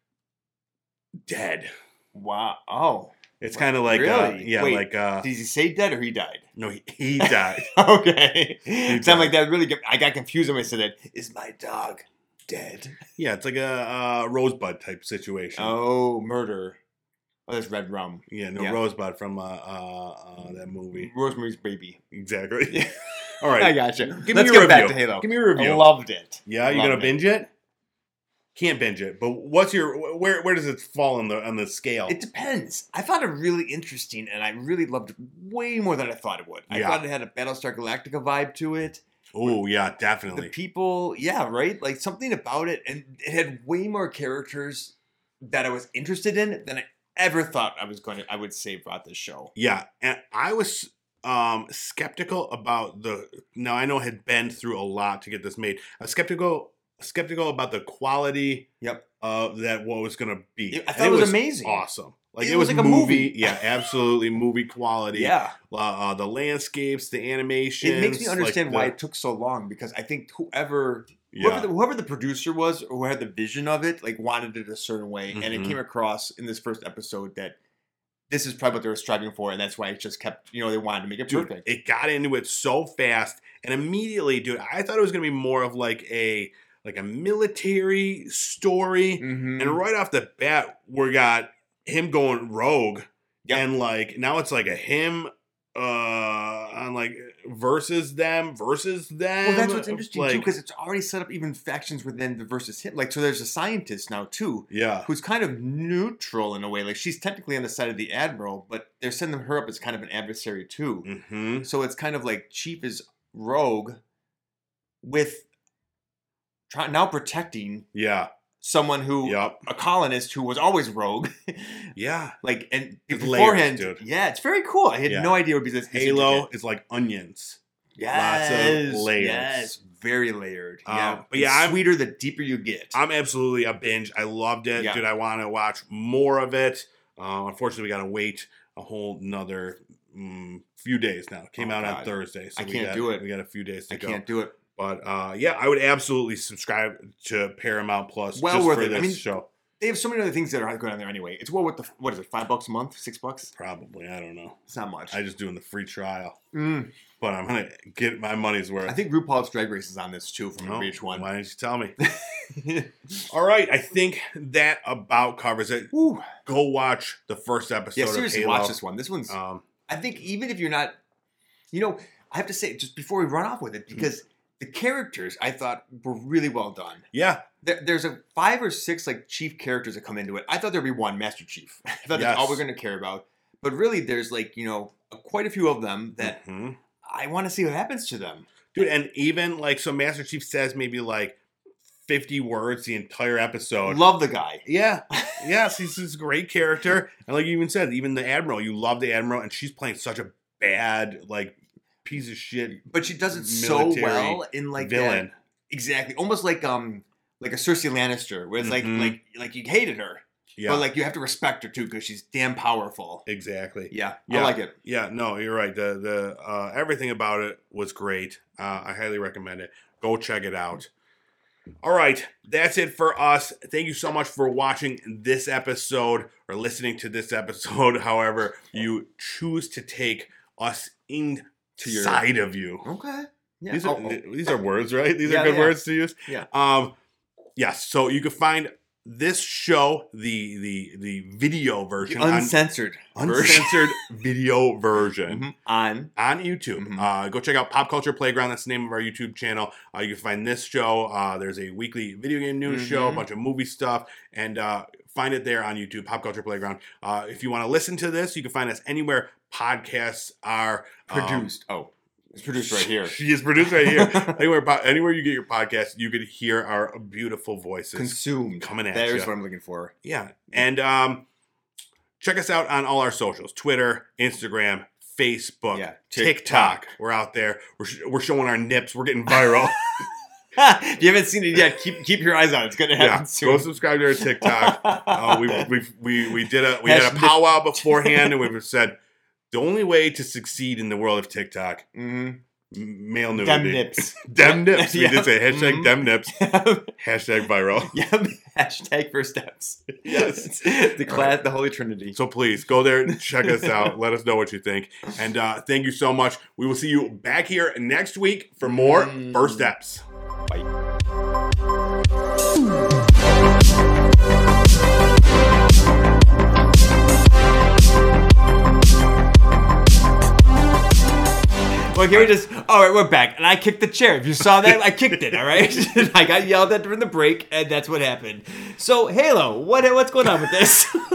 A: dead."
B: (gasps) Wow. Oh.
A: It's kind of like uh,
B: Really?
A: yeah,
B: Wait.
A: like uh,
B: Did he say dead or he died? (laughs)
A: no, he, he died.
B: okay.
A: died.
B: Sound like that really. Get, I got confused when I said that. Is my dog dead?
A: yeah, it's like a uh, rosebud type situation.
B: Oh, murder. Oh, that's red rum.
A: Yeah, no
B: Yeah.
A: Rosebud from uh, uh, uh, that movie.
B: Rosemary's Baby.
A: Exactly.
B: (laughs) Yeah.
A: All
B: I
A: right.
B: gotcha.
A: me
B: Let's
A: your
B: get back to
A: review.
B: Halo.
A: Give me a review.
B: I loved it.
A: yeah, you
B: Loved
A: gonna
B: it.
A: binge it? Can't binge it. But what's your where where does it fall on the on the scale?
B: It depends. I found it really interesting, and I really loved it way more than I thought it would. I
A: Yeah.
B: thought it had a Battlestar Galactica vibe to it.
A: Oh yeah,
B: the
A: definitely.
B: people yeah right like something about it and it had way more characters that i was interested in than i ever thought i was going to i would say about this show
A: yeah, and I was um skeptical about the now I know it had been through a lot to get this made. I was skeptical skeptical about the quality
B: Yep.
A: of that what was gonna be.
B: i
A: And
B: thought it was, amazing
A: Awesome. Like
B: It
A: it, was,
B: was like a
A: movie.
B: movie.
A: Yeah, absolutely movie quality.
B: yeah
A: uh, uh, the landscapes, the animation.
B: it makes me understand why it took so long because i think whoever
A: Yeah,
B: whoever, the, whoever the producer was or who had the vision of it like wanted it a certain way and it
A: Mhm.
B: came across in this first episode that this is probably what they were striving for and that's why it just kept you know they wanted to make it
A: dude,
B: perfect
A: it got into it so fast, and immediately, dude, I thought it was gonna be more of like a like a military story,
B: Mhm.
A: and right off the bat, we got him going rogue,
B: Yep.
A: and like now it's like a him uh on like versus them versus them.
B: Well, that's what's interesting too,
A: like-
B: because it's already set up even factions within the versus him. Like, so there's a scientist now too,
A: yeah,
B: who's kind of neutral in a way. Like, she's technically on the side of the admiral, but they're sending her up as kind of an adversary too.
A: mm-hmm.
B: So it's kind of like Chief is rogue, with try, now protecting
A: yeah,
B: someone who
A: yep,
B: a colonist who was always rogue. (laughs)
A: yeah.
B: like, and
A: It's
B: beforehand,
A: layers, dude.
B: yeah, it's very cool. I had
A: Yeah.
B: no idea it would be this this
A: Halo
B: intricate.
A: is like onions. Lots of
B: Yes,
A: layers.
B: Yes, very layered.
A: Um,
B: yeah,
A: but yeah,
B: The
A: I'm-
B: sweeter the deeper you get.
A: I'm absolutely a binge. I loved it.
B: Yeah.
A: Dude, I want to watch more of it. Um, unfortunately, we got to wait a whole another mm, few days now. It came
B: Oh,
A: out on
B: God.
A: Thursday. So
B: I
A: we
B: can't
A: got,
B: do it.
A: We got a few days to
B: I
A: go.
B: can't do it.
A: But uh, yeah, I would absolutely subscribe to Paramount Plus
B: Well
A: just
B: worth
A: for
B: it. I
A: this
B: mean-
A: show.
B: They have so many other things that are good on there anyway. It's well worth the what is it? Five bucks a month? Six bucks?
A: Probably. I don't know.
B: It's not much.
A: I
B: Mm. I,
A: just doing the free trial. But I'm going to get my money's worth.
B: think RuPaul's Drag Race is on this too from
A: No,
B: VH1. (laughs)
A: Why didn't you tell me?
B: Ooh,
A: All right. I think that about covers it. Go watch the first episode
B: yeah,
A: of
B: seriously,
A: Halo.
B: watch this one. This one's.
A: Um,
B: I think even if you're not, you know, I have to say just before we run off with
A: Mm-hmm.
B: it because the characters I thought were really well done.
A: yeah.
B: there, there's a five or six like chief characters that come into it. I thought there'd be one Master Chief. (laughs) I thought that's all
A: Yes.
B: we're going to care about. But really, there's like you know quite a few of them that
A: Mhm.
B: I want to see what happens to them.
A: dude and even like so master chief says maybe like 50 words the entire episode
B: Love the guy.
A: Oh, yeah yes he's this great character and like you even said even the admiral you love the admiral and she's playing such a bad like piece of shit
B: But she does it so
A: Military
B: well in like that-
A: villain
B: exactly, almost like um like a Cersei Lannister, where it's
A: Mhm.
B: like like like you hated her,
A: yeah
B: but like you have to respect her too because she's damn powerful.
A: exactly
B: Yeah, I
A: Yeah.
B: like it.
A: yeah no you're right the the uh everything about it was great uh i highly recommend it go check it out all right that's it for us thank you so much for watching (laughs) this episode or listening to this episode however you choose to take us in
B: To your-
A: side of you.
B: Okay. Yeah.
A: These are
B: Oh, oh.
A: these are words, right? These
B: Yeah,
A: are good
B: yeah.
A: words to use.
B: Yeah.
A: Um, yes. So you can find this show, the the the video version, on-
B: uncensored.
A: uncensored video version
B: Mhm. On
A: on YouTube.
B: Mhm.
A: Uh, go check out Pop Culture Playground. That's the name of our YouTube channel. Uh, you can find this show. Uh, there's a weekly video game news show, a
B: Mhm.
A: bunch of movie stuff, and uh, find it there on YouTube, Pop Culture Playground. Uh, if you want to listen to this, you can find us anywhere podcasts are um,
B: produced. oh, it's produced right
A: (laughs)
B: (laughs) here.
A: She is produced right
B: (laughs)
A: here. anywhere, po- anywhere you get your podcast, you can hear our beautiful voices
B: Consumed.
A: coming at
B: There's
A: you.
B: what I'm looking for.
A: Yeah. And um, check us out on all our socials Twitter, Instagram, Facebook,
B: Yeah.
A: TikTok. We're out there. We're, sh- we're showing our nips. We're getting viral.
B: (laughs) if you haven't seen it yet, keep keep your eyes on it. It's gonna happen
A: yeah. Go
B: soon.
A: subscribe to our
B: (laughs)
A: TikTok.
B: Oh,
A: Uh, we, we, we, we did a we had a
B: Hashtag-
A: powwow beforehand and we said the only way to succeed in the world of TikTok,
B: Mhm.
A: m- male nudity.
B: Dem (laughs) nips.
A: Dem nips. We
B: Yeah.
A: did say hashtag
B: Mhm.
A: dem nips,
B: yep.
A: hashtag
B: (laughs)
A: viral.
B: Hashtag first steps.
A: Yes.
B: (laughs) the class, the Holy Trinity.
A: So please go there, and check us out, let us know what you think, and uh, thank you so much. We will see you back here next week for more
B: Mm.
A: first steps.
B: Well, can we just? All right, we're back, and I kicked the chair. If you saw that, I kicked it. All right, (laughs) I got yelled at during the break, and that's what happened. So, Halo, what what's going on with this? (laughs)